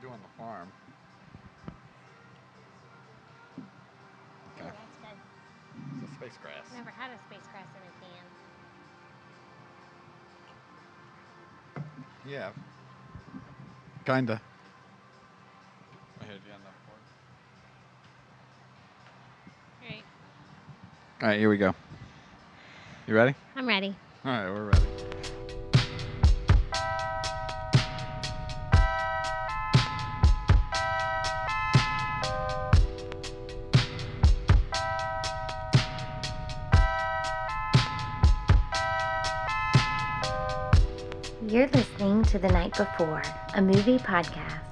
the farm. Ooh, Okay. Oh, that's good. It's a space grass. Never had a space grass in a can. Yeah. Kinda. I hit you on that board. All right. All right, here we go. You ready? I'm ready. All right, we're ready. You're listening to The Night Before, a movie podcast.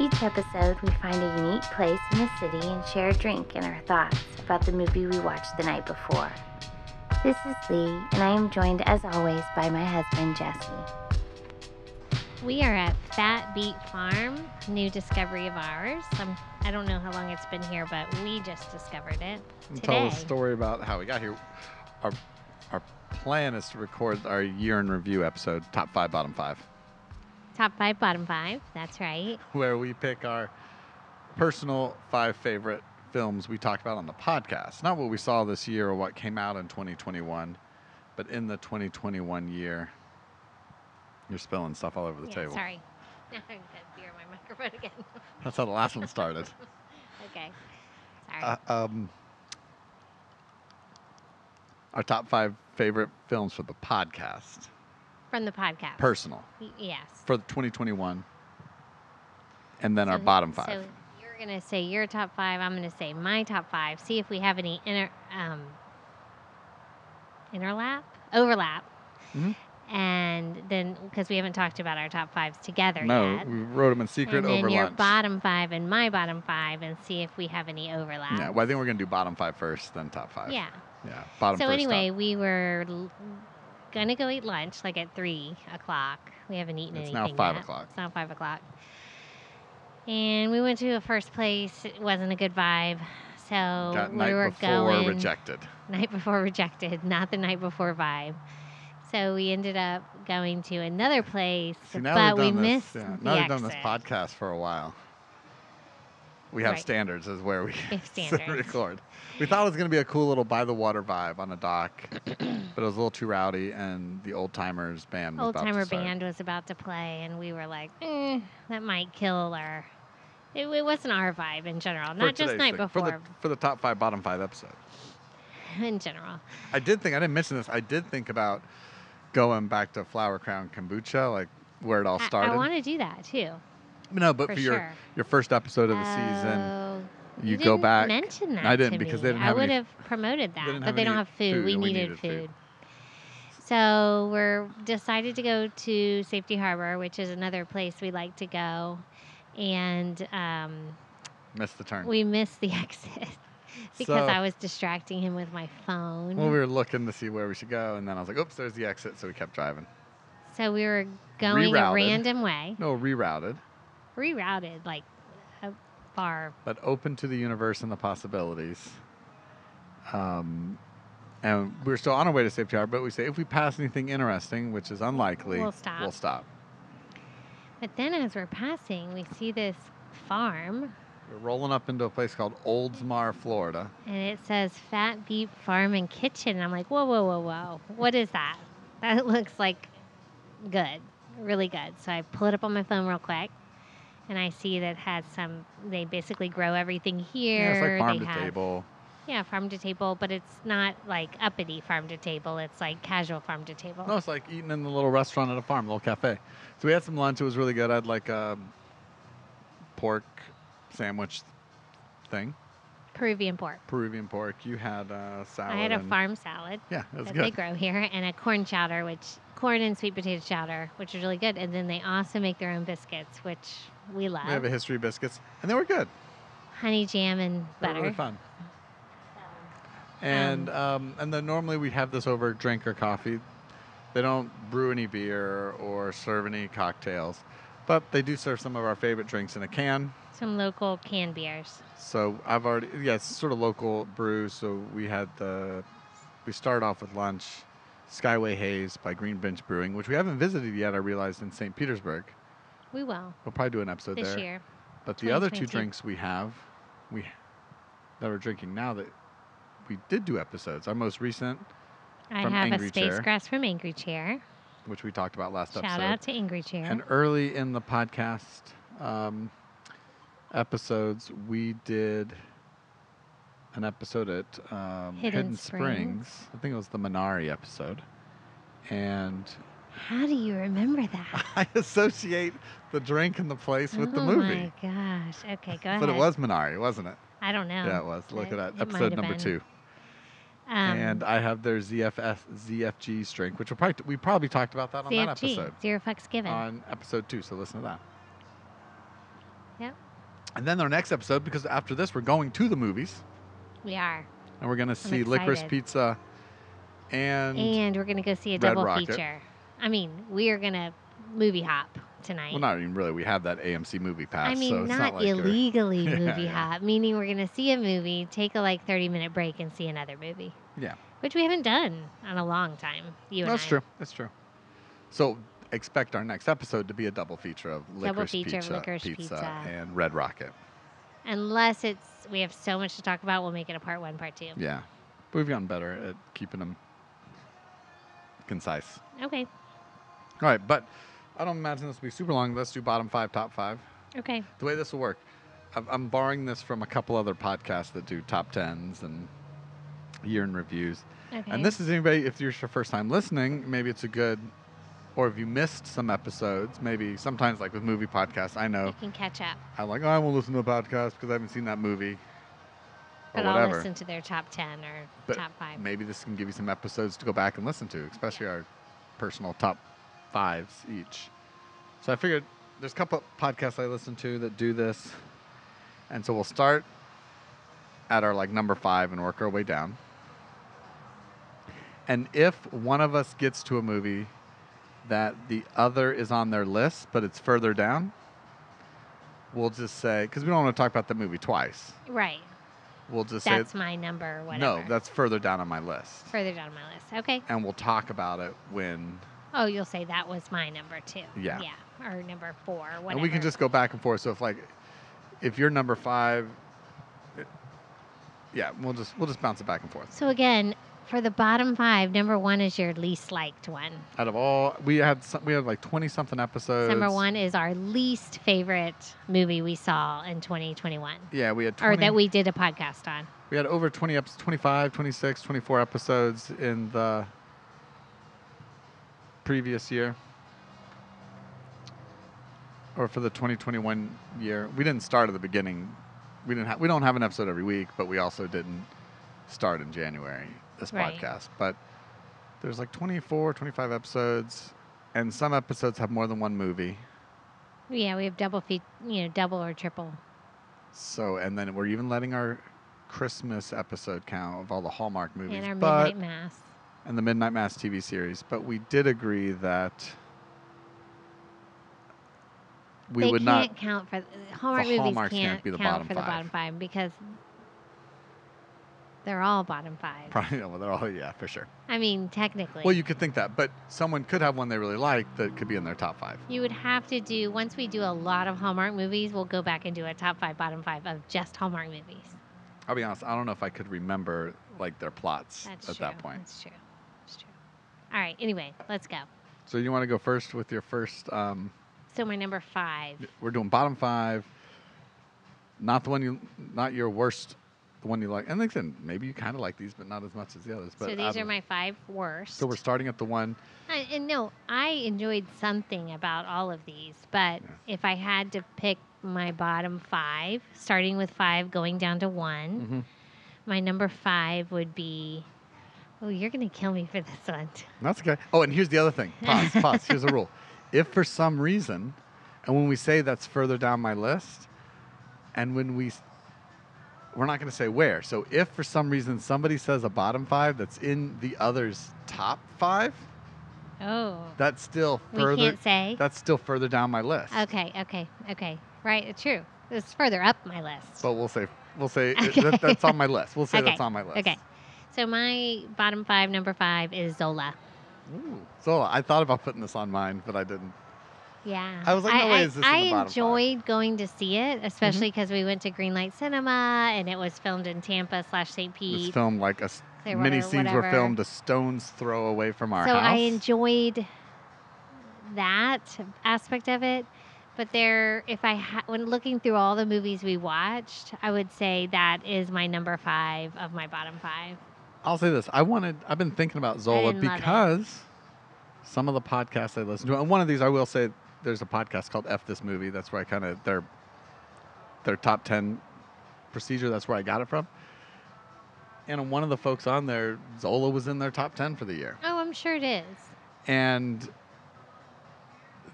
Each episode, we find a unique place in the city and share a drink and our thoughts about the movie we watched the night before. This is Lee, and I am joined as always by my husband, Jesse. We are at Fat Beat Farm, new discovery of ours. Um, I don't know how long it's been here, but we just discovered it Tell today. the story about how we got here. Our our plan is to record our year in review episode, top five, bottom five, Top five, bottom five. That's right. where we pick our personal five favorite films we talked about on the podcast. Not what we saw this year or what came out in 2021, but in the 2021 year. You're spilling stuff all over the Yeah, table. Sorry. Now I've got beer in my microphone again. That's how the last one started. okay. Sorry. uh, um, our top five favorite films for the podcast, From the podcast. personal Y- Yes. for 2021, and then our So- bottom five. So you're gonna say your top five. I'm gonna say my top five. See if we have any inter um, interlap overlap. Mhm. And then, because we haven't talked about our top fives together no, yet, we wrote them in secret and then over your lunch. bottom five and my bottom five, and see if we have any overlap. yeah, well, I think we're gonna do bottom five first, then top five. Yeah. yeah, bottom. so first, anyway, top. we were l- gonna go eat lunch like at three o'clock. We haven't eaten It's anything. now five yet. o'clock. It's now five o'clock. And we went to a first place. It wasn't a good vibe. So got we night were before going rejected. night before rejected, not the night before vibe. So we ended up going to another place, See, now but we we've done missed this. yeah, the now we've done this exit. podcast for a while. We have Right. standards, is where We we have standards. record. We thought it was going to be a cool little by the water vibe on a dock, but it was a little too rowdy, and the old timers band. was Old about to timer start. band was about to play, and we were like, eh, that might kill our. It, it wasn't our vibe in general, For not just today's night thing, before, for the, for the top five, bottom five episode. in general. I did think I didn't mention this. I did think about going back to Flower Crown Kombucha, like where it all I- started. I, want to do that too. no, but for for, your sure. your first episode of the season, Oh, you, go didn't back. Mention that I didn't to because me. they didn't I have would any- have promoted that, didn't but have they don't any have food. food, We, and we needed, needed food. food. So we're decided to go to Safety Harbor, which is another place we like to go, and um, Missed the turn. we missed the exit because So- I was distracting him with my phone. Well, we were looking to see where we should go, and then I was like, "Oops, there's the exit," so we kept driving. so we were going a Rerouted. random way, No, rerouted, rerouted like a far but open to the universe and the possibilities. Um, and we were still on our way to safety harbor, but we say if we pass anything interesting, which is unlikely, We'll stop. We'll stop. But then as we're passing, we see this farm We're rolling up into a place called Oldsmar, Florida. and it says Fat Beep Farm and Kitchen. I'm like, whoa, whoa, whoa, whoa. What is that? That looks like good, really good. So I pull it up on my phone real quick and I see that it has some, they basically grow everything here. Yeah, it's like farm They to have- table. Yeah, farm to table, but it's not like uppity farm to table. It's like casual farm to table. No, it's like eating in the little restaurant at a farm, little cafe. So we had some lunch. It was really good. I had like a pork sandwich thing, Peruvian pork. Peruvian pork. You had a salad. I had a and- farm salad. Yeah, it was that good. they grow here, and a corn chowder, which corn and sweet potato chowder, which is really good. And then they also make their own biscuits, which we love. We have a history biscuits, and they were good. Honey jam and They were butter. really fun. And um, and then normally we have this over drink or coffee. They don't brew any beer or serve any cocktails, but they do serve some of our favorite drinks in a can. Some local canned beers. So I've already yeah, it's sort of local brew. So we had the we started off with lunch, Skyway Haze by Green Bench Brewing, which we haven't visited yet. I realized in St. Petersburg, We will We'll probably do an episode this there. year. But the other two 2022. drinks we have, we that we're drinking now that we did do episodes. Our most recent, I From have Angry a space Chair. grass from Angry Chair. which we talked about last Shout episode, out to Angry Chair. and early in the podcast um, episodes, we did an episode at um, Hidden Springs. Springs. I think it was the Minari episode, and How do you remember that? I associate the drink and the place with the oh movie. my gosh. Okay, go ahead. But it was Minari, wasn't it? I don't know. Yeah, it was. Look at but that. it might Episode have number been. two. Um, and I have their ZFS ZFG drink, which we'll probably we probably talked about that on that CFG, episode zero fucks given. on episode two. So listen to that. Yep. And then our next episode, because after this we're going to the movies we are. and we're gonna see Licorice excited. Pizza, and, And we're going to go see a Red double Rocket. feature. I mean, we are going to movie hop tonight. well, not even really. We have that AMC movie pass, I mean, so it's not, not, like you're- illegally Yeah, movie yeah. hop, meaning we're going to see a movie, take a like 30 minute break, and see another movie. Yeah. Which we haven't done on a long time. You That's and I. true. That's true. So expect our next episode to be a double feature of Licorice feature of Pizza, Licorice Pizza. and Red Rocket. Unless it's, we have so much to talk about, we'll make it a part one, part two. Yeah, but we've gotten better at keeping them concise. Okay. All right, but I don't imagine this will be super long. Let's do bottom five, top five. Okay. The way this will work, I'm- I'm borrowing this from a couple other podcasts that do top tens and year in reviews. Okay. And this is anybody, if you're your first time listening, maybe it's a good, or if you missed some episodes, maybe sometimes like with movie podcasts, I You know can catch up. I'm like, oh, I won't listen to a podcast because I haven't seen that movie or But I'll whatever. listen to their top 10 or But top 5. maybe this can give you some episodes to go back and listen to, especially our personal top fives each. So I figured there's a couple podcasts I listen to that do this, and so we'll start at our like number five and work our way down. And if one of us gets to a movie that the other is on their list, but it's further down, we'll just say because we don't want to talk about the movie twice. Right. We'll just say That's my number, whatever. no, that's further down on my list. further down my list. Okay. And we'll talk about it when. Oh, you'll say that was my number two. Yeah. Yeah. Or number four. Whatever. And we can just go back and forth. So if like, if you're number five, it- yeah, we'll just we'll just bounce it back and forth. So again, for the bottom five, number one is your least liked one. Out of all, we had some, we had like twenty something episodes. number one is our least favorite movie we saw in 2021, Yeah, we had 20, or that we did a podcast on. we had over 20 episodes, 25, 26, 24 episodes in the previous year. Or for the 2021 year. We didn't start at the beginning. We didn't ha- we don't have an episode every week, but we also didn't start in January this Right. podcast. But there's like 24, 25 episodes and some episodes have more than one movie. Yeah, we have double feet, you know, double or triple. So and then we're even letting our Christmas episode count of all the Hallmark movies. And our but midnight mass. and the Midnight Mass TV series, but we did agree that we they would can't not. count for Hallmark movies Hallmarks can't, can't be the count bottom for the five. bottom five because they're all bottom five. Probably, well, they're all yeah, for sure. I mean, technically. Well, you could think that, but someone could have one they really like that could be in their top five. You would have to do once we do a lot of Hallmark movies, we'll go back and do a top five, bottom five of just Hallmark movies. I'll be honest, I don't know if I could remember like their plots That's at true. that point. That's true. That's true. All right. Anyway, let's go. So you want to go first with your first? Um, So my number five. we're doing bottom five, not the one you, not your worst, the one you like. And again, maybe you kind of like these, but not as much as the others. But so I these don't are know. my five worst. So we're starting at the one. I, and no, I enjoyed something about all of these, but if I had to pick my bottom five, starting with five, going down to one, Mhm. my number five would be. Oh, you're gonna kill me for this one. That's okay. Oh, and here's the other thing. Pause, pause. Here's a rule. If for some reason, and when we say that's further down my list, and when we, s- we're not going to say where. So if for some reason somebody says a bottom five that's in the other's top five, Oh. that's still We further. can't say. That's still further down my list. Okay, okay, okay. Right, it's true. It's further up my list. But we'll say we'll say it- Okay. that, that's on my list. We'll say Okay. that's on my list. Okay. So my bottom five, number five is Zola. Ooh. So I thought about putting this on mine, but I didn't. Yeah. I was like, no I, way I- is this in I the bottom five. Mm-hmm. enjoyed going to see it, especially because we went to Greenlight Cinema and it was filmed in Tampa slash St. This Pete. film, like a s- They many were- scenes were whatever. filmed a stone's throw away from our so house. I enjoyed that aspect of it. But there, if I ha- when looking through all the movies we watched, I would say that is my number five of my bottom five. I'll say this: I wanted. I've been thinking about Zola didn't love it. because some of the podcasts I listen to, and one of these I will say, there's a podcast called "F This Movie." That's where I kind of their their top ten procedure. That's where I got it from. And one of the folks on there, Zola was in their top ten for the year. Oh, I'm sure it is. And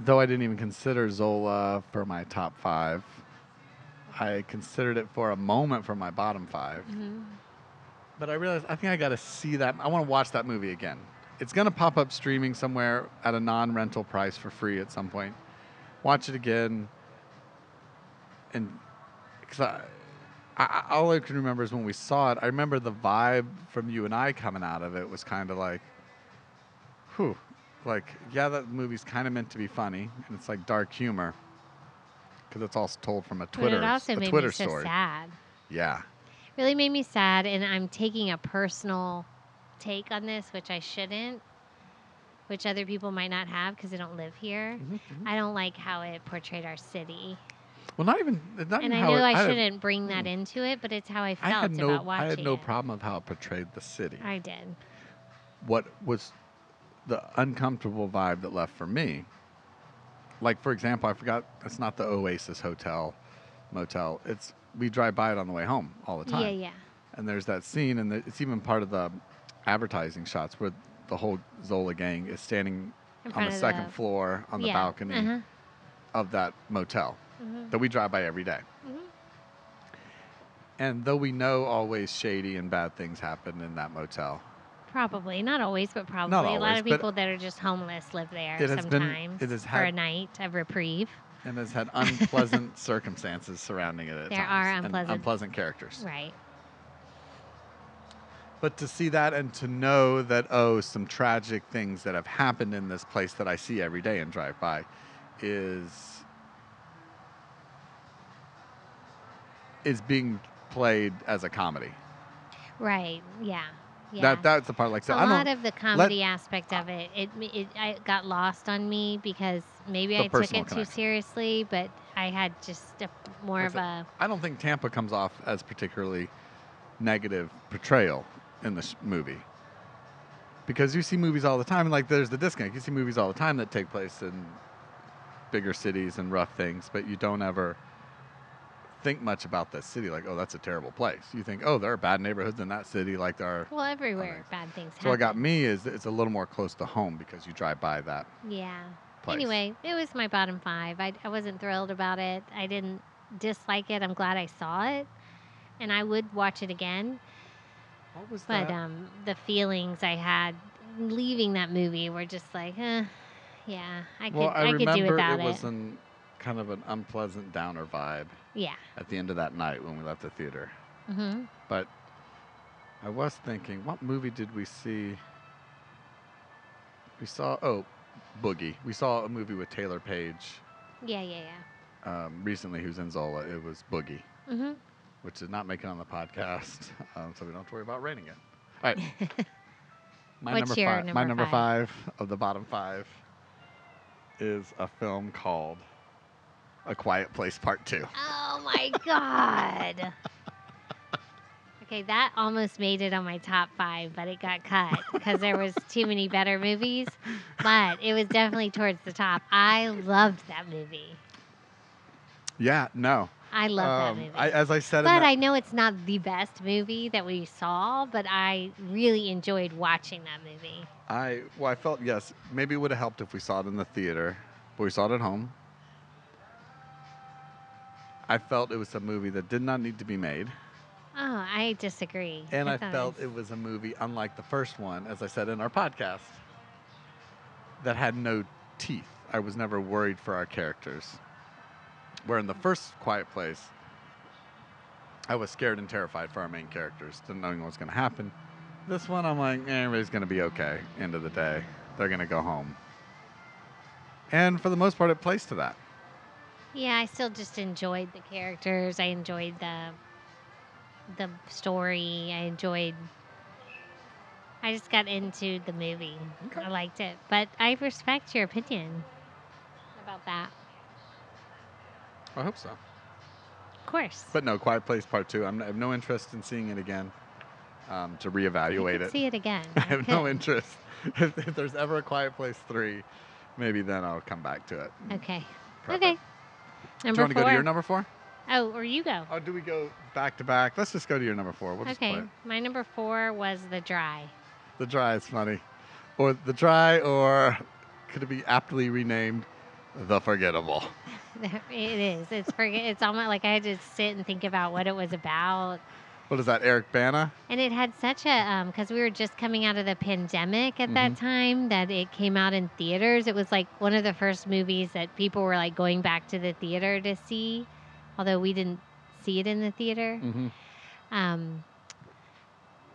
though I didn't even consider Zola for my top five, I considered it for a moment for my bottom five. Mhm. But I realized I think I got to see that. I want to watch that movie again. It's going to pop up streaming somewhere at a non rental price for free at some point. Watch it again. And because I, I, I- all I can remember is when we saw it, I remember the vibe from you and I coming out of it was kind of like, whew, like, yeah, that movie's kind of meant to be funny. And it's like dark humor because it's all told from a Twitter, but it also a made Twitter me so story. sad. Yeah. really made me sad and i'm taking a personal take on this which i shouldn't which other people might not have because they don't live here Mm-hmm, i don't like how it portrayed our city Well, not even not even and i how know it, i had- Mm. shouldn't bring that into it but it's how i I felt had no about watching I had no it. problem of how it portrayed the city. i did what was the uncomfortable vibe that left for me? Like for example, I forgot it's not the Oasis Hotel motel. It's we drive by it on the way home all the time. yeah yeah And there's that scene, and the, it's even part of the advertising shots where the whole Zola gang is standing In on front the of second floor on the yeah, balcony uh-huh, of that motel mhm, that we drive by every day. mhm. And though we know always shady and bad things happen in that motel, probably not always but probably a lot always, of but- people that are just homeless live there It has been- sometimes it has for a had- night of reprieve and has had unpleasant circumstances surrounding it. At There times, are and unpleasant- unpleasant characters. right But to see that and to know that oh, some tragic things that have happened in this place that I see every day and drive by, is is being played as a comedy. right yeah yeah That that's the part. Like I said, a I don't. lot of the comedy aspect of it, it, it, I got lost on me because maybe The I took it personal too connection. seriously, but I had just a, more That's of a I don't think Tampa comes off as particularly negative portrayal in this movie. Because you see movies all the time, and like there's the disconnect. You see movies all the time that take place in bigger cities and rough things, but you don't ever think much about that city. Like, oh, that's a terrible place. You think, oh, there are bad neighborhoods in that city, like there are. well everywhere bad things happen. So what got me is it's a little more close to home because you drive by that Yeah. place. Anyway, it was my bottom five. I, I wasn't thrilled about it. I didn't dislike it. I'm glad I saw it, and I would watch it again. what was But that? um, the feelings I had leaving that movie were just like, eh, yeah, I could well, I, I, could remember do without it was an kind of an unpleasant downer vibe. yeah. at the end of that night when we left the theater. hmm But I was thinking, what movie did we see? We saw, oh, Boogie. We saw a movie with Taylor Page Yeah. Yeah. um, recently who's in Zola. It was Boogie, Yeah. hmm which did not make it on the podcast, um, so we don't have to worry about raining it. All right. My What's number your five, my number number five of the bottom five is a film called A Quiet Place Part Two. Oh my god. Okay, that almost made it on my top five, but it got cut because there was too many better movies. But it was definitely towards the top. I loved that movie. Yeah, no. I love Um, that movie. I, as I said, in but that- I know it's not the best movie that we saw, but I really enjoyed watching that movie. I well, I felt yes. Maybe it would have helped if we saw it in the theater, but we saw it at home. I felt it was a movie that did not need to be made, Oh, I disagree. and I, thought felt was- it was a movie unlike the first one, as I said in our podcast, that had no teeth. I was never worried for our characters. Where in the first Quiet Place, I was scared and terrified for our main characters, didn't knowing what was going to happen. This one, I'm like, eh, everybody's going to be okay. End of the day, they're going to go home. And for the most part, it plays to that. Yeah, I still just enjoyed the characters. I enjoyed the the story. I enjoyed. I just got into the movie. Okay. I liked it, but I respect your opinion about that. I hope so. Of course. But no, Quiet Place Part Two. I'm, I have no interest in seeing it again um, to You reevaluate could it. See it again. I have could- no interest. If, if there's ever a Quiet Place Three, maybe then I'll come back to it. Okay. Perfect. Okay. Do you Number want to four. go to your number four? oh, or you go. Oh, do we go back to back? Let's just go to your number four. We'll just play okay. it. My number four was the dry. The Dry is funny. Or The Dry, or could it be aptly renamed The Forgettable? it is. It's forget. it's almost like I had to sit and think about what it was about. What is that, Eric Bana? And it had such a because we were just coming out of the pandemic at that Mm-hmm. time that it came out in theaters. It was like one of the first movies that people were like going back to the theater to see, although we didn't see it in the theater. Mm-hmm. Um,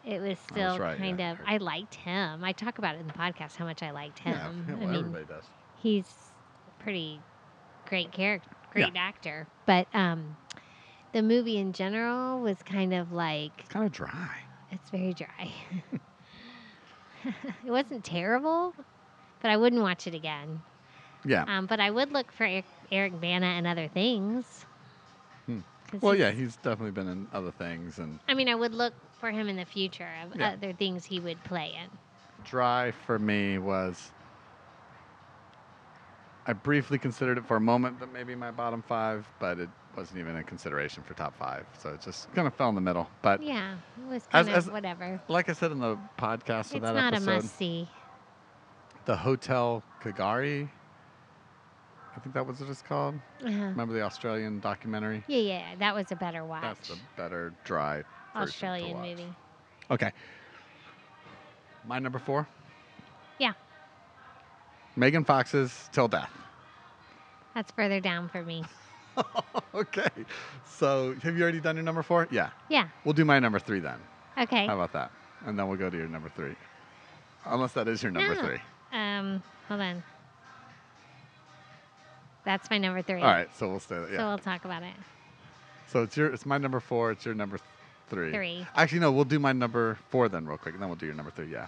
it was Oh, That's still right, yeah. kind of. I liked him. I talk about it in the podcast how much I liked him. Yeah, yeah, I well, mean, everybody does. he's pretty great character, Yeah. great actor. But um, the movie in general was kind of like It's kind of dry. it's very dry. it wasn't terrible, but I wouldn't watch it again. Yeah. Um, but I would look for Eric, Eric Bana and other things. Hmm. 'Cause well, he- yeah, he's definitely been in other things. And I mean, I would look for him in the future of Yeah. other things he would play in. Dry for me was. I briefly considered it for a moment that maybe my bottom five, but it wasn't even a consideration for top five. So it just kind of fell in the middle. But Yeah, it was As- kind as- of whatever. like I said in the podcast It's of that not episode, a must see. the Hotel Kagari. I think that was what it's called. Uh-huh. Remember the Australian documentary? Yeah, yeah, that was a better watch. That's the better dry version to Australian watch. movie. Okay. My number four. Yeah. Megan Fox's Till Death. That's further down for me. okay. So have you already done your number four? Yeah. Yeah. We'll do my number three then. Okay. How about that? And then we'll go to your number three. Unless that is your number No. three. Um, hold on. That's my number three. All right. So we'll stay there. So Yeah. we'll talk about it. So it's your it's my number four, it's your number th- three. Three. Actually no, we'll do my number four then real quick, and then we'll do your number three, yeah.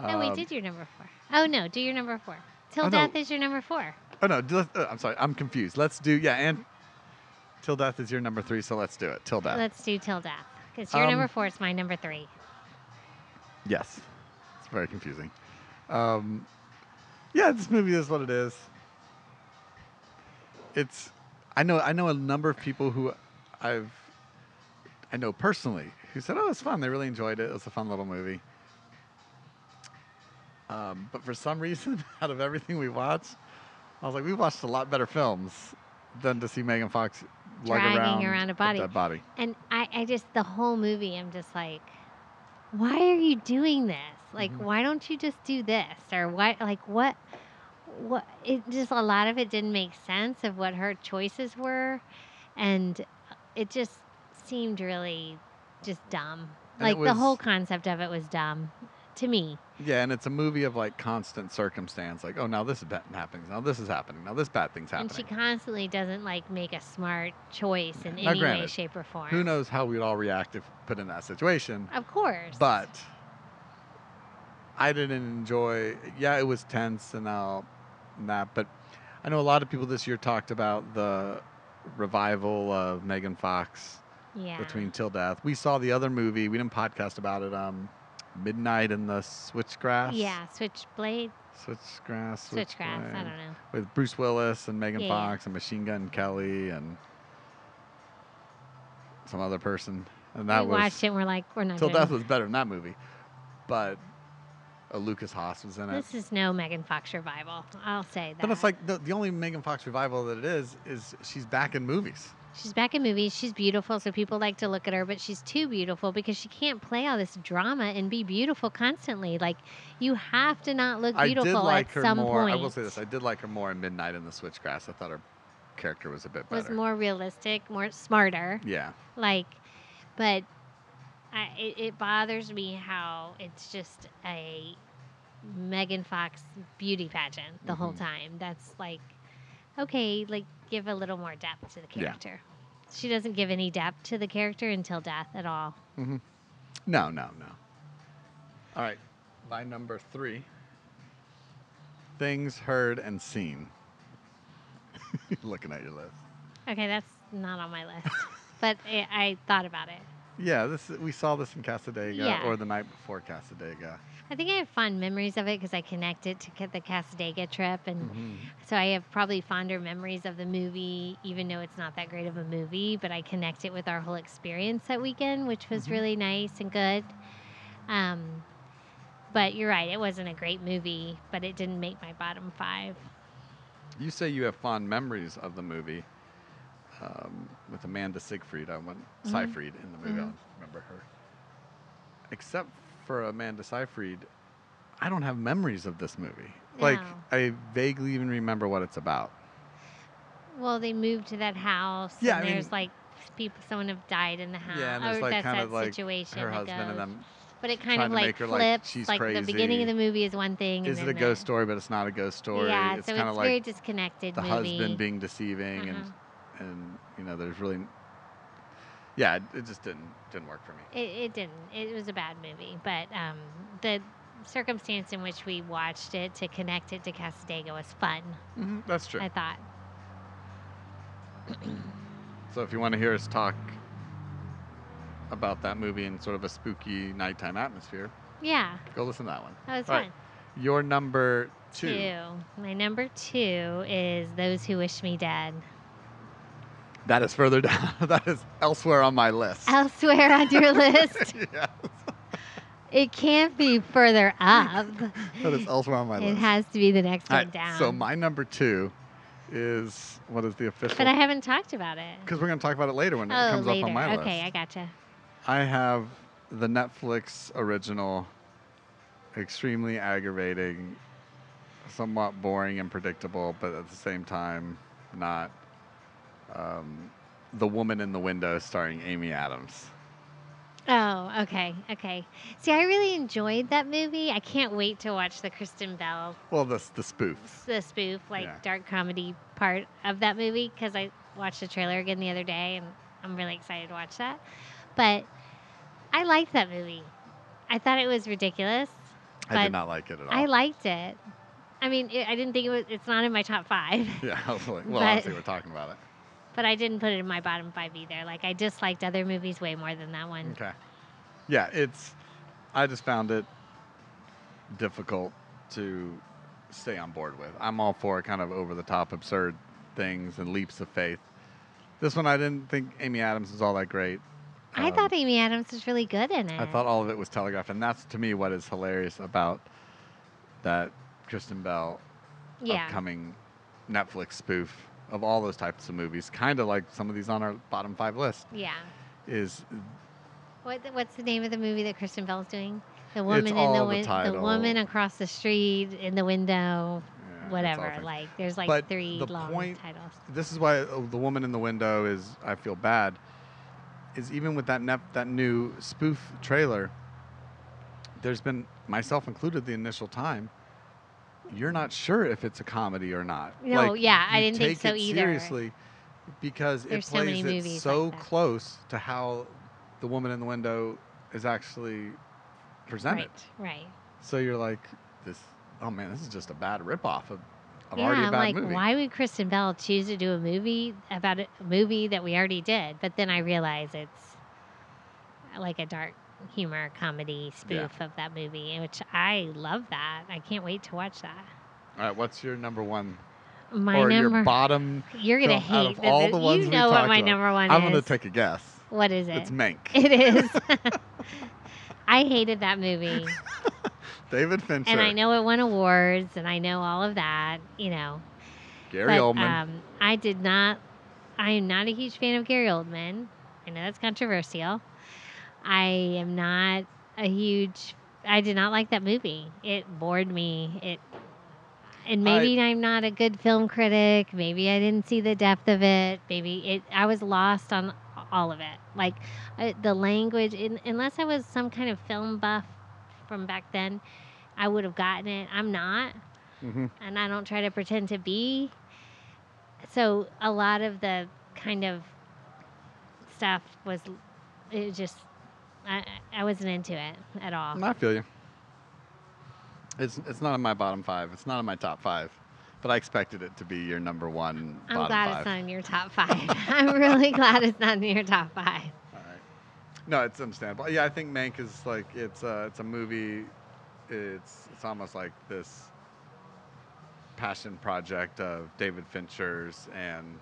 no, we Um, did your number four. Oh no, do your number four. Till Oh, no. death is your number four. Oh no, do- uh, I'm sorry, I'm confused. Let's do yeah, and Till Death is your number three, so let's do it. Till Death. Let's do till death because your Um, number four is my number three. yes. It's very confusing. Um, yeah, this movie is what it is. It's I know I know a number of people who I've I know personally who said, "Oh, it's fun. They really enjoyed it. It was a fun little movie." Um, but for some reason, out of everything we watched, I was like, "We watched a lot better films than to see Megan Fox lug Dragging around, around a body. dead body." And I, I just the whole movie, I'm just like, why are you doing this? Like, Mhm. why don't you just do this or why? Like, what? What? It just a lot of it didn't make sense of what her choices were, and it just seemed really just dumb. And it like the was- whole concept of it was dumb to me. Yeah, and it's a movie of like constant circumstance. Like, oh, now this is bad happening. Now this is happening. Now this bad thing's happening. And she constantly doesn't like make a smart choice in Now, any way, granted, shape, or form. Who knows how we'd all react if put in that situation? Of course. But I didn't enjoy. Yeah, it was tense and all and that. But I know a lot of people this year talked about the revival of Megan Fox yeah. between Till Death. We saw the other movie. We didn't podcast about it. Um, Midnight in the Switchgrass. yeah, switchblade, Switchgrass. switchgrass. I Switchblade, don't know. With Bruce Willis and Megan Yeah, yeah. Fox and Machine Gun Kelly and some other person. And that we was watched it and we're like, we're not Till doing Death was better than that movie, but uh, Lucas Haas was in it. This is no Megan Fox revival. I'll say that. But it's like the, the only Megan Fox revival that it is is she's back in movies. she's back in movies. She's beautiful, so people like to look at her, but she's too beautiful because she can't play all this drama and be beautiful constantly. Like you have to not look beautiful I did like at her some more. point. I will say this: I did like her more in Midnight in the Switchgrass. I thought her character was a bit better. was more realistic, more smarter. yeah, Like, but I, it, it bothers me how it's just a Megan Fox beauty pageant the whole Mhm. time. That's like, okay, like give a little more depth to the Yeah. character. She doesn't give any depth to the character until death at all. No, no, no. All right. My number three things heard and seen. Looking at your list. Okay, that's not on my list, but i I thought about it. Yeah, this we saw this in Casadega Yeah. or the night before Casadega. I think I have fond memories of it because I connect it to ca- the Casadega trip, Mm-hmm. and so I have probably fonder memories of the movie, even though it's not that great of a movie. But I connect it with our whole experience that weekend, which was Mhm. really nice and good. Um, but you're right; it wasn't a great movie, but it didn't make my bottom five. You say you have fond memories of the movie um, with Amanda Siegfried. I want Seyfried in the movie. I Mhm. don't remember her. Except for Amanda Seyfried, I don't have memories of this movie. Like No. I vaguely even remember what it's about. Well, they moved to that house. Yeah, and I mean- there's like people. Someone have died in the house. Yeah, and it's or like that's kind that of like situation her that husband and goes. them. But it kind trying of to like make her, like, flips. she's Like, the beginning of crazy. the movie is one thing. Is it and a then ghost the- story? But it's not a ghost story. Yeah, it's so kind it's of very like disconnected. the movie. husband being deceiving Uh-huh. and and you know there's really yeah it, it just didn't didn't work for me. It, it didn't. It was a bad movie, but um, the circumstance in which we watched it to connect it to Casadega was fun. Mhm, That's true. Mm-hmm. I thought. So if you want to hear us talk about that movie in sort of a spooky nighttime atmosphere, Yeah, go listen to that one. that was All fun. right, Your number two. My number two is Those Who Wish Me Dead. That is further down. that is elsewhere on my list. Elsewhere on your list, yeah, it can't be further up. that is elsewhere on my it list. has to be the next All one right, down. So my number two is what is the official? but I haven't talked about it. because we're going to talk about it later when oh, it comes later. up on my list. okay, I gotcha. I have the Netflix original, extremely aggravating, somewhat boring and predictable, but at the same time, not. Um, the Woman in the Window, starring Amy Adams. Oh, okay, okay. See, I really enjoyed that movie. I can't wait to watch the Kristen Bell Well, the the spoof. the spoof, like Yeah. dark comedy part of that movie because I watched the trailer again the other day and I'm really excited to watch that. But I liked that movie. I thought it was ridiculous. I But did not like it at all. I liked it. I mean, it, I didn't think it was. It's not in my top five, yeah, I was like, well, but- obviously we're talking about it. but I didn't put it in my bottom five either. Like I disliked other movies way more than that one. Okay. Yeah, it's. I just found it difficult to stay on board with. I'm all for kind of over the top, absurd things and leaps of faith. This one, I didn't think Amy Adams was all that great. I Um, thought Amy Adams was really good in it. I thought all of it was telegraphed, and that's to me what is hilarious about that Kristen Bell yeah. upcoming Netflix spoof of all those types of movies, kind of like some of these on our bottom five list, Yeah. is What, what's the name of the movie that Kristen Bell's doing? The woman in all the, the win- the, title. woman across the street in the window, yeah, it's all whatever. things. Like there's like But three the long point- titles. this is why uh, the woman in the window is I feel bad is even with that nep- that new spoof trailer there's been myself included the initial time you're not sure if it's a comedy or not No, yeah, I you didn't think take so it either. seriously because There's it so many plays it movies so like that. close to how the woman in the window is actually presented Right, right. so you're like this oh man this is just a bad ripoff of, of yeah, already a I'm bad like, movie why would Kristen Bell choose to do a movie about a a movie that we already did? But then I realize it's uh, like a dark humor comedy Yeah. spoof of that movie, which I love that. I can't wait to watch that. all right what's your number one My or number. your bottom. You're gonna film out hate of that all th- the ones You we know what talked my about. number one I'm is. gonna take a guess. what is it? It's Mank. it is. I hated that movie, David Fincher. and I know it won awards, and I know all of that. You know, Gary but Oldman. um, I did not. I am not a huge fan of Gary Oldman. I know that's controversial. I am not a huge. I did not like that movie. It bored me. It. And I- maybe I, am not a good film critic. Maybe I didn't see the depth of it. Maybe it. I was lost on all of it. Like uh, the language. In, unless I was some kind of film buff from back then, I would have gotten it. I'm not, hmm and I don't try to pretend to be. So a lot of the kind of stuff was, it just, I, I wasn't into it at all. I feel you. It's it's not in my bottom five. It's not in my top five, but I expected it to be your number one. I'm bottom glad five. it's not in your top five. I'm really glad it's not in your top five. All right. No, it's understandable. Yeah, I think Mank is like it's a it's a movie. It's it's almost like this passion project of David Fincher's and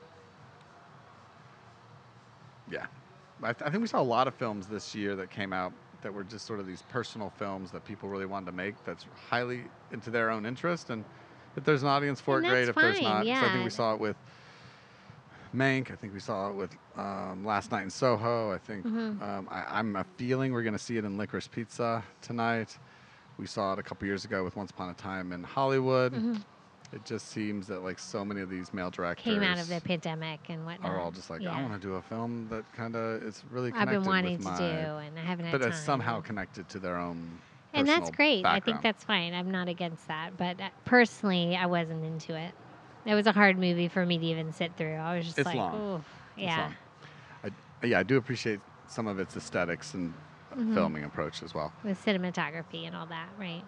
yeah, I, th- I think we saw a lot of films this year that came out that were just sort of these personal films that people really wanted to make. That's highly into their own interest, and if there's an audience for And it, great. that's If there's fine, not, so I yeah. think we saw it with Mank. I think we saw it with um, Last Night in Soho. I think Mhm. um, I, I'm a feeling we're going to see it in Licorice Pizza tonight. We saw it a couple years ago with Once Upon a Time in Hollywood. Mhm. It just seems that like so many of these male directors Came out of the pandemic and whatnot. are all just like, I Yeah. want to do a film that kind of is really I've connected been wanting with to my, do, and I haven't had but time. it's somehow connected to their own. and that's personal great. I think background. that's fine. I'm not against that, but uh, personally, I wasn't into it. It was a hard movie for me to even sit through. I was just It's like, long. oof, It's yeah. long. I, yeah, I do appreciate some of its aesthetics and uh, Mhm. filming approach as well. With cinematography and all that, right?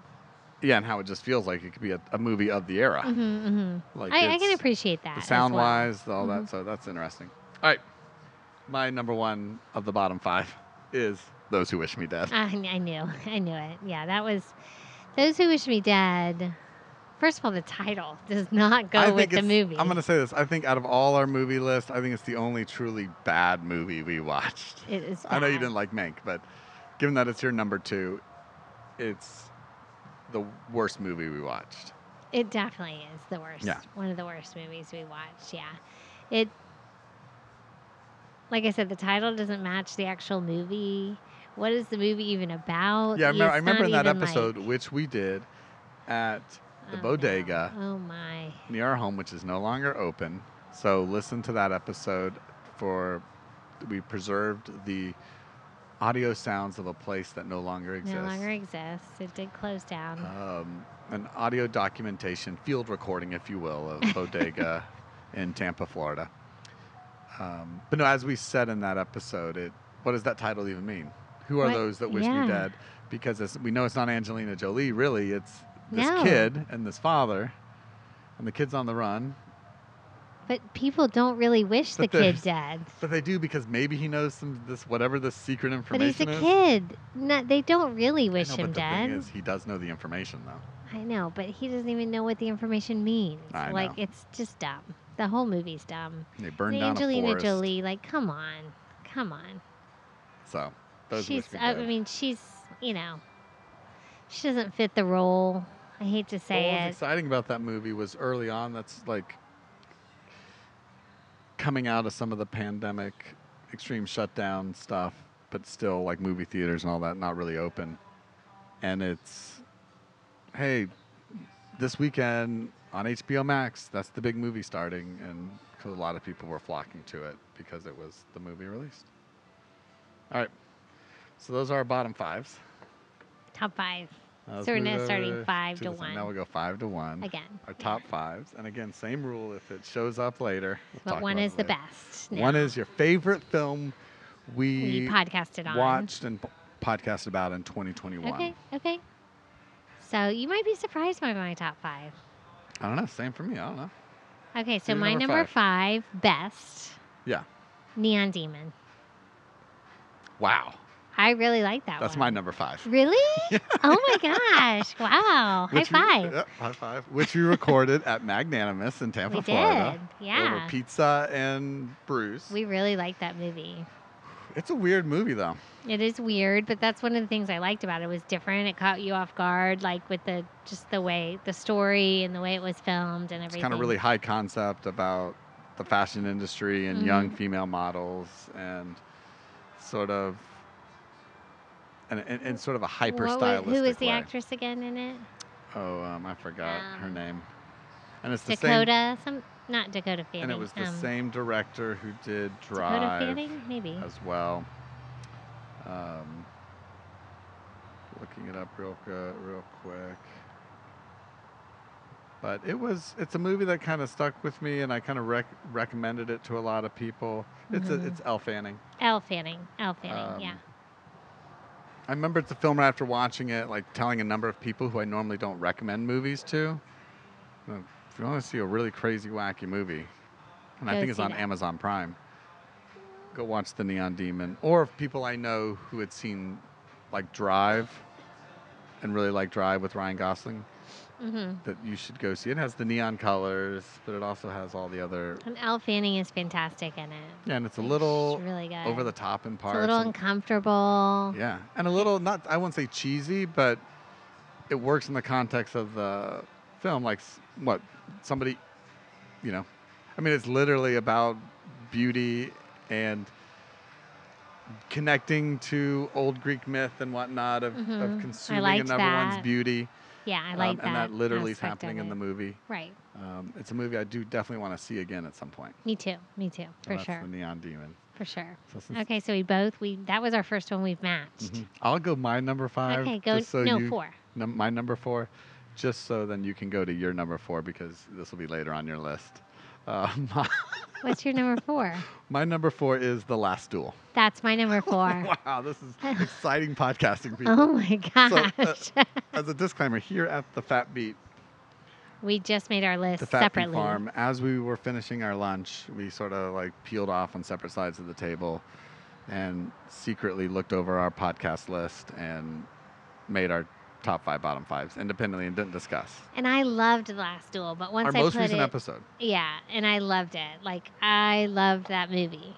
Yeah, and how it just feels like it could be a, a movie of the era. Mm-hmm, mm-hmm. Like I, I can it's- appreciate that. the as sound well. Mm-hmm. wise, all that. So that's interesting. All right, my number one of the bottom five is "Those Who Wish Me Dead." I, kn- I knew. I knew it. Yeah, that was. Those Who Wish Me Dead. First of all, the title does not go I with think the it's- movie. I'm gonna say this. I think out of all our movie list, I think it's the only truly bad movie we watched. It is I know you bad. didn't like Mank, but given that it's your number two, it's the worst movie we watched. It definitely is the worst. Yeah. One of the worst movies we watched. Yeah. It, like I said, the title doesn't match the actual movie. What is the movie even about? yeah, I remember, I It's not remember in that even, episode, like- which we did at the Oh, no. bodega. Oh, my. near our home, which is no longer open. So listen to that episode for we preserved the audio sounds of a place that no longer exists. No longer exists. It did close down. um, an audio documentation, field recording, if you will, of bodega in Tampa, Florida. Um, but no, as we said in that episode, it what does that title even mean? Who are What- those that wish yeah. me dead? Because it's, we know it's not Angelina Jolie, really. It's this No. kid and this father, and the kid's on the run, but people don't really wish the But kid there's- dead. But they do because maybe he knows some this whatever this secret But he's information a is. kid. No, they don't really I wish know, him but the dead. Thing is, he does know the information though. I know, but he doesn't even know what the information means. I like, know. it's just dumb. The whole movie's dumb. They burn And down a Angelina forest. Jolie, like, come on, come on. So those she's, uh, wish me I, dead. mean, she's, you know, she doesn't fit the role. I hate to But what say was it. exciting about that movie was early on. That's like coming out of some of the pandemic, extreme shutdown stuff, but still like movie theaters and all that not really open. And it's hey, this weekend on HBO Max, that's the big movie starting, and 'cause a lot of people were flocking to it because it was the movie released. All right, so those are our bottom fives. Top five Now let's So we're move now starting over five to Uh, the side. Now one. we'll go five to one. again. Our top fives, and again, same rule. If it shows up later, we'll But talk one about is it the later. best. One now. is your favorite film we we, podcasted on. watched and p- podcasted about in 2021. Okay, okay. So you might be surprised by my top five. I don't know. Same for me. I don't know. Okay, so Your my number number, five. best, Yeah. Neon Demon. Wow. I really like that That's my one. number five. Really? oh my gosh. Wow. High Which we- five. yep, high five. Which we recorded at Magnanimous in Tampa, we uh, Florida. did. Yeah. Over pizza and brews. We really liked that movie. it's a weird movie though. It is weird, but that's one of the things I liked about it. It was different. It caught you off guard, like with the just the way the story and the way it was filmed and It's everything. kind of really high concept about the fashion industry Mm-hmm. and young female models and sort of and, and, and sort of a hyper What wa- stylistic Who was the way. actress again in it? Oh, um, I forgot her Um, name. And it's the same. Dakota. Some not Dakota Fanning. And it was the um, same director who did Dakota Drive Fanning, maybe. as well. Um, looking it up real, qu- real quick. But it was it's a movie that kind of stuck with me, and I kind of rec- recommended it to a lot of people. It's a, Mhm. it's Elle Fanning. Elle Fanning. Elle Fanning, Um, yeah. I remember it's a film right after watching it, like telling a number of people who I normally don't recommend movies to. you know, If you want to see a really crazy, wacky movie, and I Go think it's see on that. Amazon Prime, go watch The Neon Demon. Or if people I know who had seen, like, Drive and really like Drive with Ryan Gosling, Mm-hmm. that you should go see. It has the neon colors, but it also has all the other. And Elle Fanning is fantastic in it. Yeah, and it's a She's little really good. over the top in It's parts. a little and- uncomfortable. Yeah, and a little not I wouldn't say cheesy, but it works in the context of the film. Like s- what somebody, you know, I mean, it's literally about beauty and connecting to old Greek myth and whatnot of, Mhm. of I consuming liked another that. one's beauty. Yeah, I like um, that. and that literally is aspect happening of in the it. movie. Right. Um, it's a movie I do definitely want to see again at some point. Me too. Me too. And For that's sure. The Neon Demon. For sure. So since- Okay, so we both we that was our first one we've matched. Mhm. I'll go my number five. Okay, go just so no you, four. num- my number four, just so then you can go to your number four because this will be later on your list. Uh, my, What's your number four? my number four is The Last Duel. That's my number four. Wow, this is exciting podcasting, people. oh my uh, gosh. As a disclaimer, here at the Fat Beat, we just made our list the Fat separately. Beat Farm, as we were finishing our lunch, we sort of like peeled off on separate sides of the table and secretly looked over our podcast list and made our top five, bottom fives independently and didn't discuss. And I loved the last duel, but once our I most put recent it episode. Yeah, and I loved it. Like I loved that movie.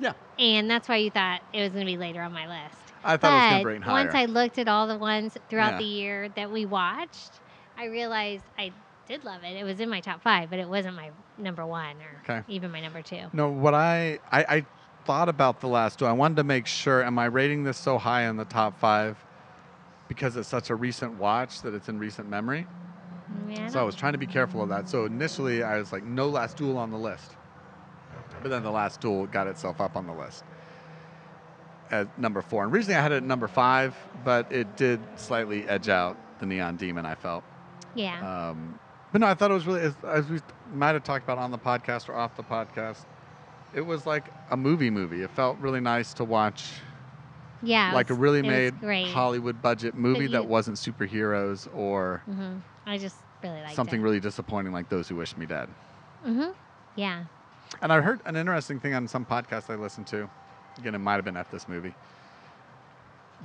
Yeah. And that's why you thought it was going to be later on my list. I thought it was but going to rate higher. once I looked at all the ones throughout Yeah. the year that we watched, I realized I did love it. It was in my top five, but it wasn't my number one or Okay. even my number two. no, what I, I I thought about the last two. I wanted to make sure. Am I rating this so high in the top five because it's such a recent watch that it's in recent memory? Yeah, I Mm-hmm. So I don't- was trying to be careful of that. So initially, I was like, no last duel on the list. But then the last duel got itself up on the list at number four. And originally, I had it at number five, but it did slightly edge out the Neon Demon, I felt. yeah. Um, but no, I thought it was really, as, as we might have talked about on the podcast or off the podcast, it was like a movie movie. It felt really nice to watch, yeah. it like a was- really it was made great. Hollywood budget movie that you- wasn't superheroes or hmm I just really liked something it. really disappointing like Those Who Wish Me Dead. hmm Yeah. And I heard an interesting thing on some podcast I listened to. Again, it might have been at this movie.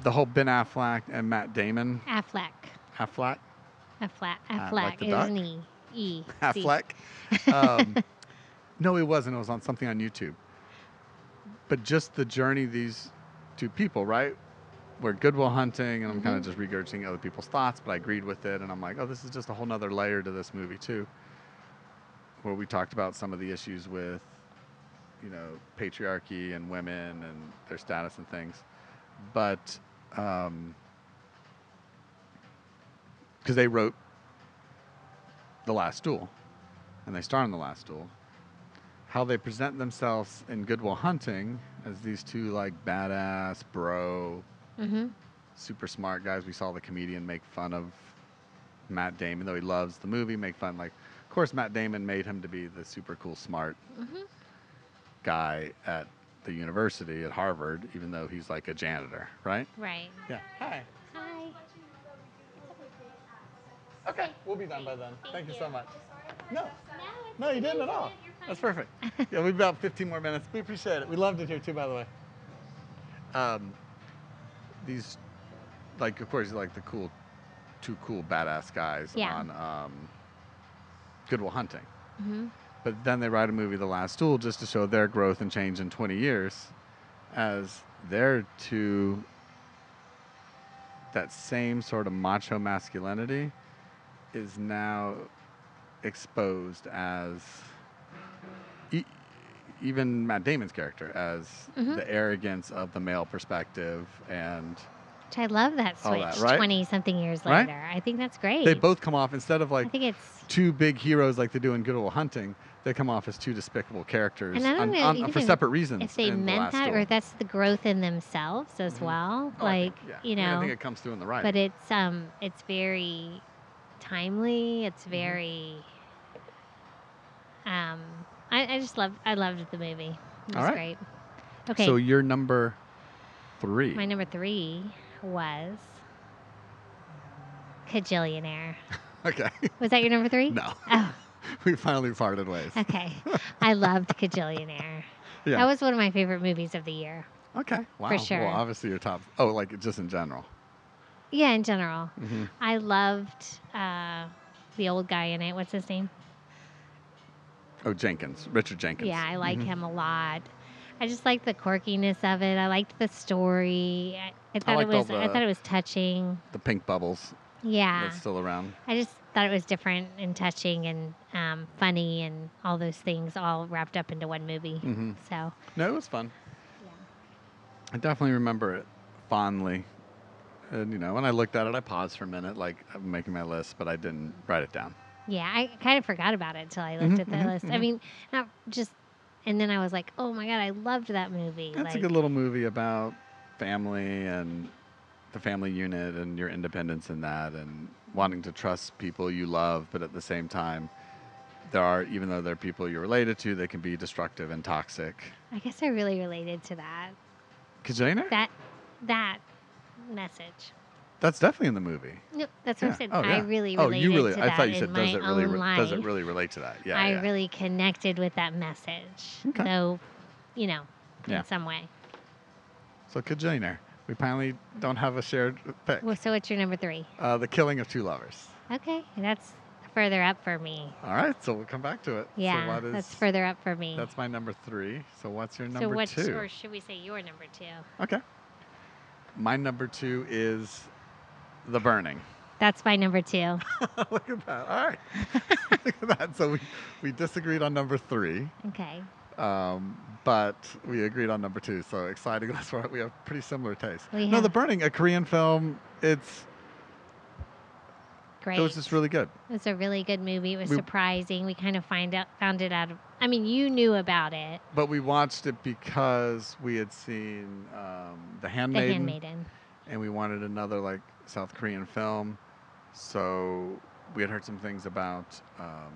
The whole Ben Affleck and Matt Damon, Affleck. Affleck, Affleck. like Affleck the is duck? an E. E. C. Affleck. Um, no, it wasn't. It was on something on YouTube. But just the journey these two people, right? We're Goodwill hunting, and I'm kind of Mhm. just regurgitating other people's thoughts, but I agreed with it, and I'm like, oh, this is just a whole nother layer to this movie too, where we talked about some of the issues with, you know, patriarchy and women and their status and things, but because they wrote the Last Duel, and they star in The Last Duel. How they present themselves in Goodwill Hunting as these two like badass bro, Mhm. super smart guys. We saw the comedian make fun of Matt Damon, though he loves the movie, make fun like. Of course, Matt Damon made him to be the super cool, smart Mhm. guy at the university at Harvard, even though he's like a janitor, right? Right. Yeah. Hi. Hi. Okay, we'll be done by then. Thank you so much. No. it's No, you didn't at all. That's perfect. yeah, we've got 15 more minutes. We appreciate it. We loved it here too, by the way. Um, these, like, of course, like the cool, two cool badass guys Yeah. on um, Goodwill Hunting. hmm But then they write a movie, The Last Duel, just to show their growth and change in 20 years as they're two, that same sort of macho masculinity is now exposed as e- even Matt Damon's character as Mhm. the arrogance of the male perspective and Which I love that All that, switch. right? Twenty something years Right? later, I think that's great. they both come off instead of I like think it's. two big heroes like they do in Good Will Hunting, they come off as two despicable characters And I don't on- know on- even for separate reasons. If they in The meant Last that, Duel. or if that's the growth in themselves as Mhm. well, Oh, I like think- yeah. you I mean, I know, think it comes through in the writing. but it's um, it's very timely. It's Mm-hmm. very. Um, I, I just love. I loved the movie. It was All right. great. Okay, So your number three. my number three was. Cajillionaire. okay. Was that your number three? No. Oh, we finally parted ways. okay. I loved Cajillionaire. Yeah. That was one of my favorite movies of the year. okay. Wow. sure. Well, obviously your top. Oh, like just in general. Yeah, in general. hmm I loved uh, the old guy in it. What's his name? Oh, Jenkins, Richard Jenkins. Yeah, I like Mhm. him a lot. I just liked the quirkiness of it. I liked the story. I, I thought it liked all was I the- thought it was touching. The pink bubbles Yeah, that's still around. I just thought it was different and touching and um, funny and all those things all wrapped up into one movie. hmm So No, it was fun. I definitely remember it fondly. And, you know, when I looked at it, I paused for a minute, like I'm making my list, but I didn't write it down. yeah, I kind of forgot about it until I looked Mhm, at the mhm, list. I mhm. mean, not just. And then I was like, "Oh my god, I loved that movie!" That's like, a good little movie about family and the family unit and your independence in that and wanting to trust people you love, but at the same time, there are, even though they're people you're related to, they can be destructive and toxic. I guess I really related to that. Kajana? That that message. That's definitely in the movie. No, that's what Yeah. I said. Oh, I yeah. really Oh, related you really? to I that thought you in said, my does it really? own Re- life. does it really relate to that? Yeah. I yeah. really connected with that message. Okay. So, you know, Yeah. in some way. So Kajana, we finally don't have a shared pick. Well, so what's your number three? Uh, the Killing of Two Lovers. Okay, that's further up for me. All right, so we'll come back to it. Yeah, so what is, that's further up for me. That's my number three. So what's your so number what's, two? or should we say your number two? Okay. My number two is The Burning. That's my number two. Look at that. All right. Look at that. So we, we disagreed on number three, Okay. um, but we agreed on number two. So exciting. That's why we have pretty similar tastes. We No, The have. Burning, a Korean film. It's Great. it was just really good. It was a really good movie. It was We- surprising. We kind of find out found it out of I mean, you knew about it. But we watched it because we had seen um, The The Handmaiden, Handmaiden. and we wanted another like South Korean film. So we had heard some things about um,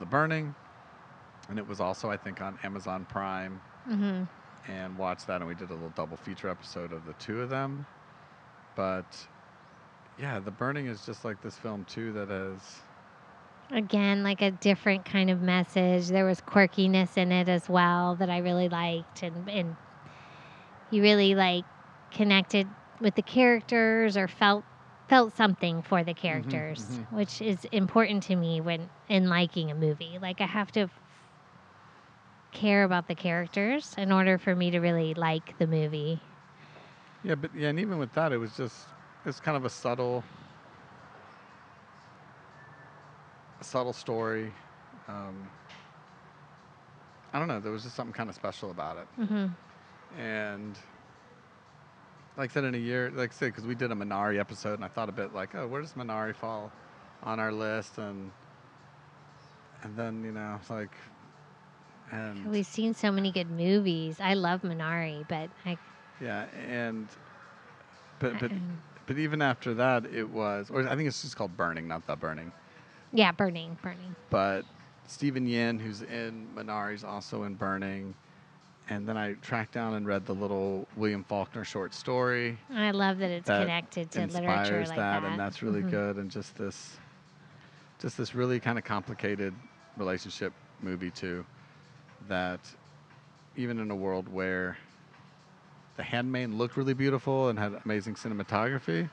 The Burning, and it was also I think on Amazon Prime, Mhm. and watched that, and we did a little double feature episode of the two of them. But yeah, The Burning is just like this film too that has again like a different kind of message there was quirkiness in it as well that i really liked and and you really like connected with the characters or felt felt something for the characters mhm. which is important to me when in liking a movie like i have to care about the characters in order for me to really like the movie Yeah, but yeah, and even with that, it was just it's kind of a subtle, a subtle story. Um, I don't know. There was just something kind of special about it, hmm and like I said, in a year, like I said, because we did a Minari episode, and I thought a bit like, oh, where does Minari fall on our list, and and then you know, it's like, and we've seen so many good movies i love minari but i yeah, and but but. um, But even after that, it was, or I think it's just called Burning, not The Burning. yeah burning burning But Stephen Yin, who's in Minari's, also in Burning. And then I tracked down and read the little William Faulkner short story. I love that it's that connected to inspires literature like that, and that's really Mhm. good. And just this, just this really kind of complicated relationship movie too, that even in a world where The Handmaiden looked really beautiful and had amazing cinematography,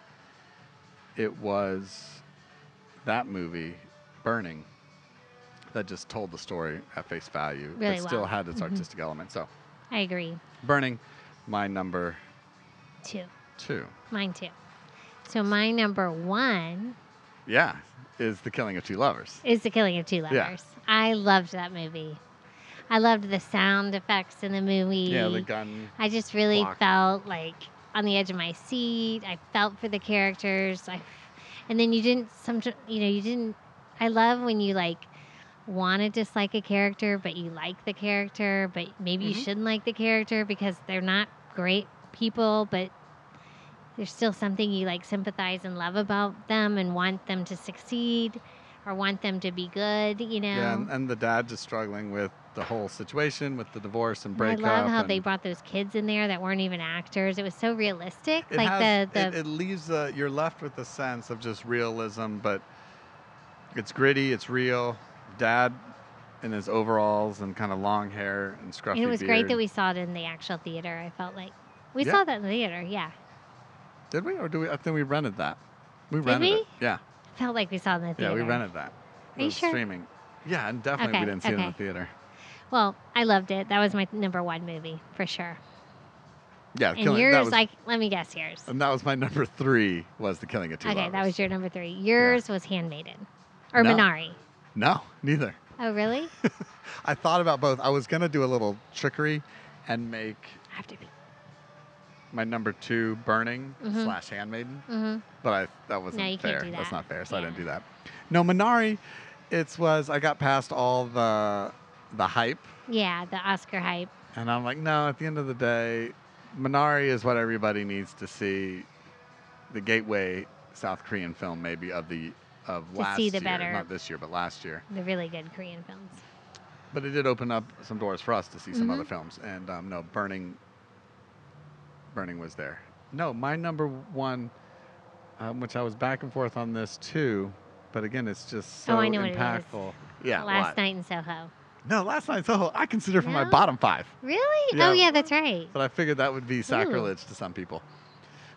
it was that movie, Burning, that just told the story at face value, Really but still well. Mm-hmm. had its artistic element. So, I agree, Burning, my number too. two. Mine too. So my number one Yeah, is The Killing of Two Lovers. is The Killing of Two Lovers. Yeah. I loved that movie. I loved the sound effects in the movie. Yeah, the gun. I just really Clock. felt like on the edge of my seat. I felt for the characters. I, and then you didn't. Some you know you didn't. I love when you like want to dislike a character, but you like the character, but maybe you Mhm. shouldn't like the character because they're not great people, but there's still something you like sympathize and love about them and want them to succeed or want them to be good, you know. Yeah, and, and the dad just struggling with the whole situation with the divorce and And I breakup. love how and they brought those kids in there that weren't even actors. It was so realistic. it like has- the, the it, it leaves the you're left with the sense of just realism, but it's gritty, it's real. Dad in his overalls and kind of long hair and scruffy and it was beard. great that we saw it in the actual theater. I felt like we Yeah. saw that in the theater. Yeah, did we or do we? I think we rented that. We Did rented we? it. Yeah, felt like we saw it in the yeah, theater. we rented that. It Are you was sure? Streaming. Yeah, and definitely Okay, we didn't see it in the okay. theater. Well, I loved it. That was my number one movie for sure. Yeah, And killing, that yours, was, like, let me guess, yours. and that was my number three was the killing of two Okay, that Lovers. was your number three. Yours was Handmaiden, or No. Minari. No, neither. Oh, really? I I thought about both. I was gonna do a little trickery and make have to be. my number two burning Mhm. slash handmaiden, hmm but I that wasn't you can't fair. do That's that. not fair, so I didn't Yeah. do that. No, Minari, it was I got past all the the hype, Yeah, the Oscar hype. and I'm like, no. At the end of the day, Minari is what everybody needs to see. The gateway South Korean film, maybe of the of To last see the year, better- not this year, but last year. The really good Korean films. But it did open up some doors for us to see some Mhm. other films. And um, no, Burning, Burning was there. No, my number one, um, which I was back and forth on this too, but again, it's just so Oh, I know what it is. impactful. Yeah, Last what? Night in Soho. No, last night. So I consider for my No? bottom five, Really? Yeah. Oh, yeah, that's right. but I figured that would be sacrilege to some people.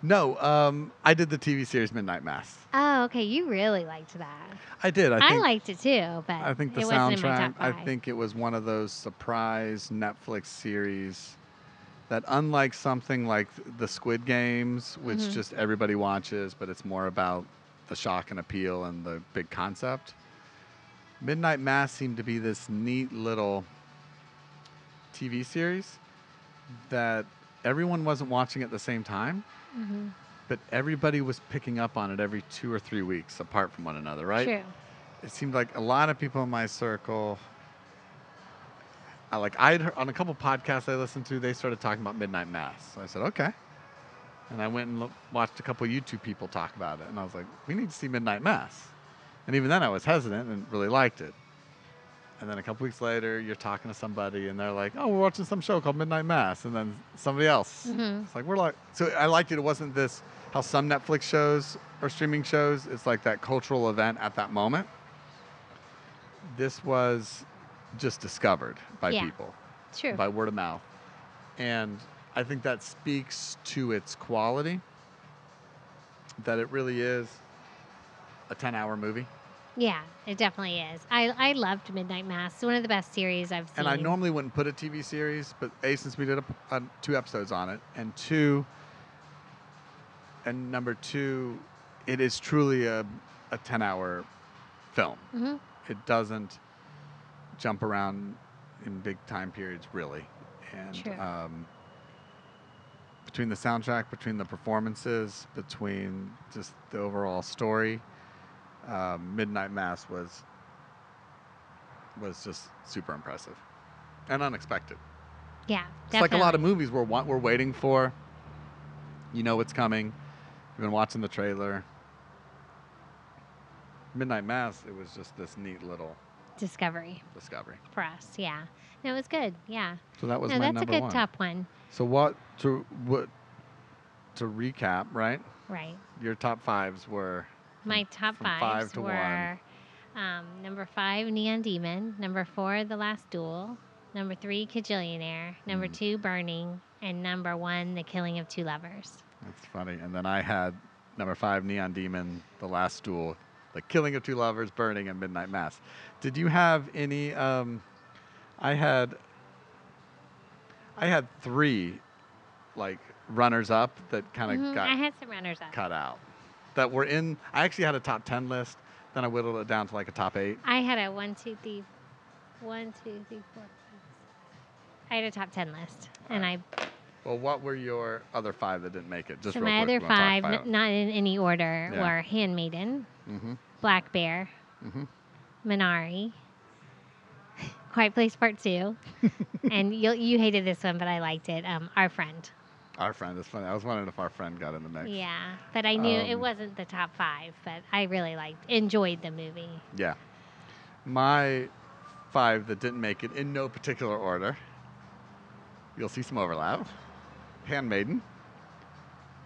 No, um, I did the TV series Midnight Mass. Oh, okay. You really liked that. I did. I, I, think, liked it too, but I think the it wasn't in my soundtrack. top I five. think it was one of those surprise Netflix series that, unlike something like the Squid Games, which Mhm. just everybody watches, but it's more about the shock and appeal and the big concept. Midnight Mass seemed to be this neat little TV series that everyone wasn't watching at the same time, hmm but everybody was picking up on it every two or three weeks apart from one another, right? True. it seemed like a lot of people in my circle. I like I would on a couple podcasts I listened to, they started talking about Midnight Mass. So I said okay, and I went and lo- watched a couple YouTube people talk about it, and I was like, we need to see Midnight Mass. And even then, I was hesitant and really liked it. And then a couple weeks later, you're talking to somebody, and they're like, "Oh, we're watching some show called Midnight Mass," and then somebody else. Mhm. It's like we're like, so I liked it. It wasn't this how some Netflix shows or streaming shows. It's like that cultural event at that moment. This was just discovered by Yeah. people True. by word of mouth. And I think that speaks to its quality that it really is a 10 hour movie. Yeah, it definitely is. I, I loved Midnight Mass. It's one of the best series I've seen. And I normally wouldn't put a TV series, but A, since we did a, uh two episodes on it, and two, and number two, it is truly a, a 10 hour film. hmm It doesn't jump around in big time periods, really. And True. um, between the soundtrack, between the performances, between just the overall story, um, Midnight Mass was was just super impressive and unexpected. Yeah, It's like a lot of movies we're wa- we're waiting for. You know what's coming. You've been watching the trailer. Midnight Mass. It was just this neat little definitely. discovery discovery. for us. Yeah, no, it was good. Yeah, So that was no, my that's a number good one. top one, So what to what to recap, right? right? Your top fives were My top from five fives to one. were um, number five, Neon Demon. Number four, The Last Duel. Number three, Kajillionaire. Number Mm. two, Burning. And number one, The Killing of Two Lovers. that's funny. And then I had number five, Neon Demon, The Last Duel, The Killing of Two Lovers, Burning, and Midnight Mass. Did you have any um I had I had three like runners up that kind of Mhm, got I had some runners up. cut out. That were in I actually had a top ten list, then I whittled it down to like a top eight. I had a one, two, three, one, two, three, four. five, six. I had a top ten list, and I Well, what were your other five that didn't make it? Just so real my quick, other you wanna five, talk n- not in any order, Yeah. were Handmaiden, Mhm. Black Bear, Mhm. Minari, Quiet Place Part Two, and you you hated this one, but I liked it. Um, Our Friend. Our friend is funny. I was wondering if our friend got in the mix. Yeah, but I knew it Um, wasn't the top five, but I really liked, enjoyed the movie. Yeah. My five that didn't make it in no particular order. You'll see some overlap. Handmaiden.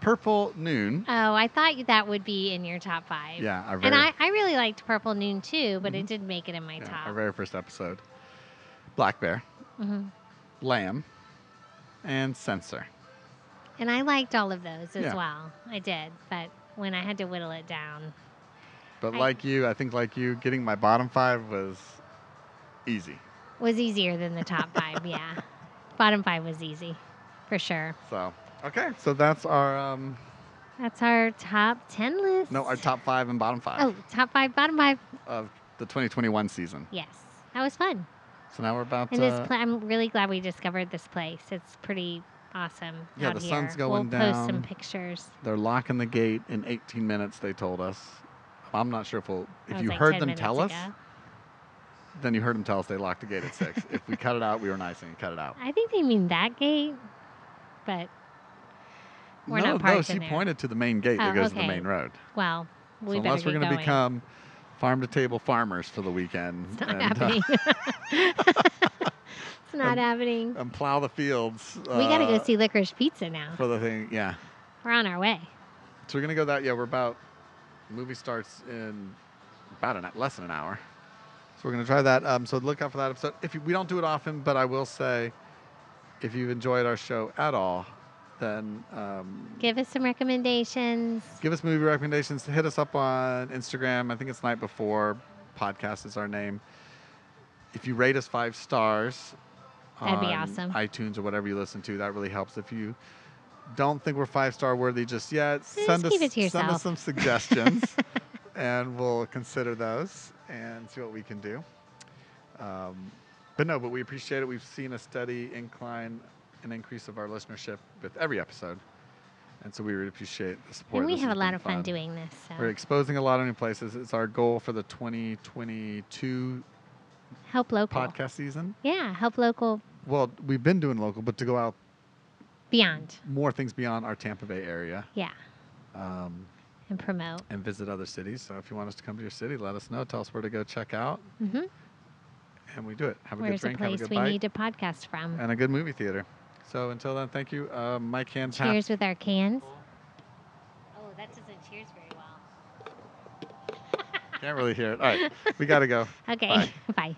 Purple Noon. Oh, I thought that would be in your top five. Yeah, our And very- Mm-hmm. I, I really liked Purple Noon too, but it didn't make it in my yeah, top. our very first episode. Black Bear. Mhm. Lamb. And Censor. And I liked all of those as Yeah. well. I did, but when I had to whittle it down, But I- like you, I think like you, getting my bottom five was easy. was easier than the top five. Yeah, bottom five was easy, for sure. So okay, so that's our um, That's our top ten list. no our top five and bottom five Oh, top five, bottom five. of the 2021 season. Yes, that was fun. So now we're about And uh, this, pla- I'm really glad we discovered this place. It's pretty awesome. Yeah, out the here. sun's going we'll Post down. some pictures. they're locking the gate in 18 minutes. They told us. I'm not sure if we'll, That if was you Oh, like heard 10 them minutes tell us, ago. then you heard them tell us they locked the gate at six. if we cut it out, we were nice and cut it out. I think they mean that gate, but We're not no, no, parked she in there. pointed to the main gate that Oh, goes to okay. the main road. well, we so better unless we're get gonna going. become farm to table farmers for the weekend it's not and, uh, happening. it's not and- happening. and plow the fields, we gotta uh, go see Licorice Pizza now. for the thing. Yeah. We're on our way. So we're gonna go that. Yeah, we're about. Movie starts in about an less than an hour. So we're gonna try that. Um, so look out for that episode. If you, we don't do it often, but I will say, if you've enjoyed our show at all, then um, Give us some recommendations. give us movie recommendations. Hit us up on Instagram. I think it's Night Before Podcast is our name. If you rate us five stars That'd be on awesome. iTunes or whatever you listen to, that really helps. If you don't think we're five star worthy just yet, Just send us keep it to send yourself. us some suggestions, and we'll consider those and see what we can do. Um, but no, but we appreciate it. We've seen a steady incline, an increase of our listenership with every episode, and so we really appreciate the support. and we This have a has lot been of fun, doing this. So. We're exposing a lot of new places. It's our goal for the 2022 help local. podcast season. Yeah, help local Well, we've been doing local, but to go out beyond. more things beyond our Tampa Bay area. Yeah, um, and promote. and visit other cities. So if you want us to come to your city, let us know. Tell us where to go check out, hmm and we do it. Have a Where's good a drink, have a place good we bite, need to podcast from? and a good movie theater. So until then, thank you. Uh, Mike hands half- Cheers with our cans. Oh, that doesn't cheers very well. Can't really hear it. All right, we gotta go. Okay, bye.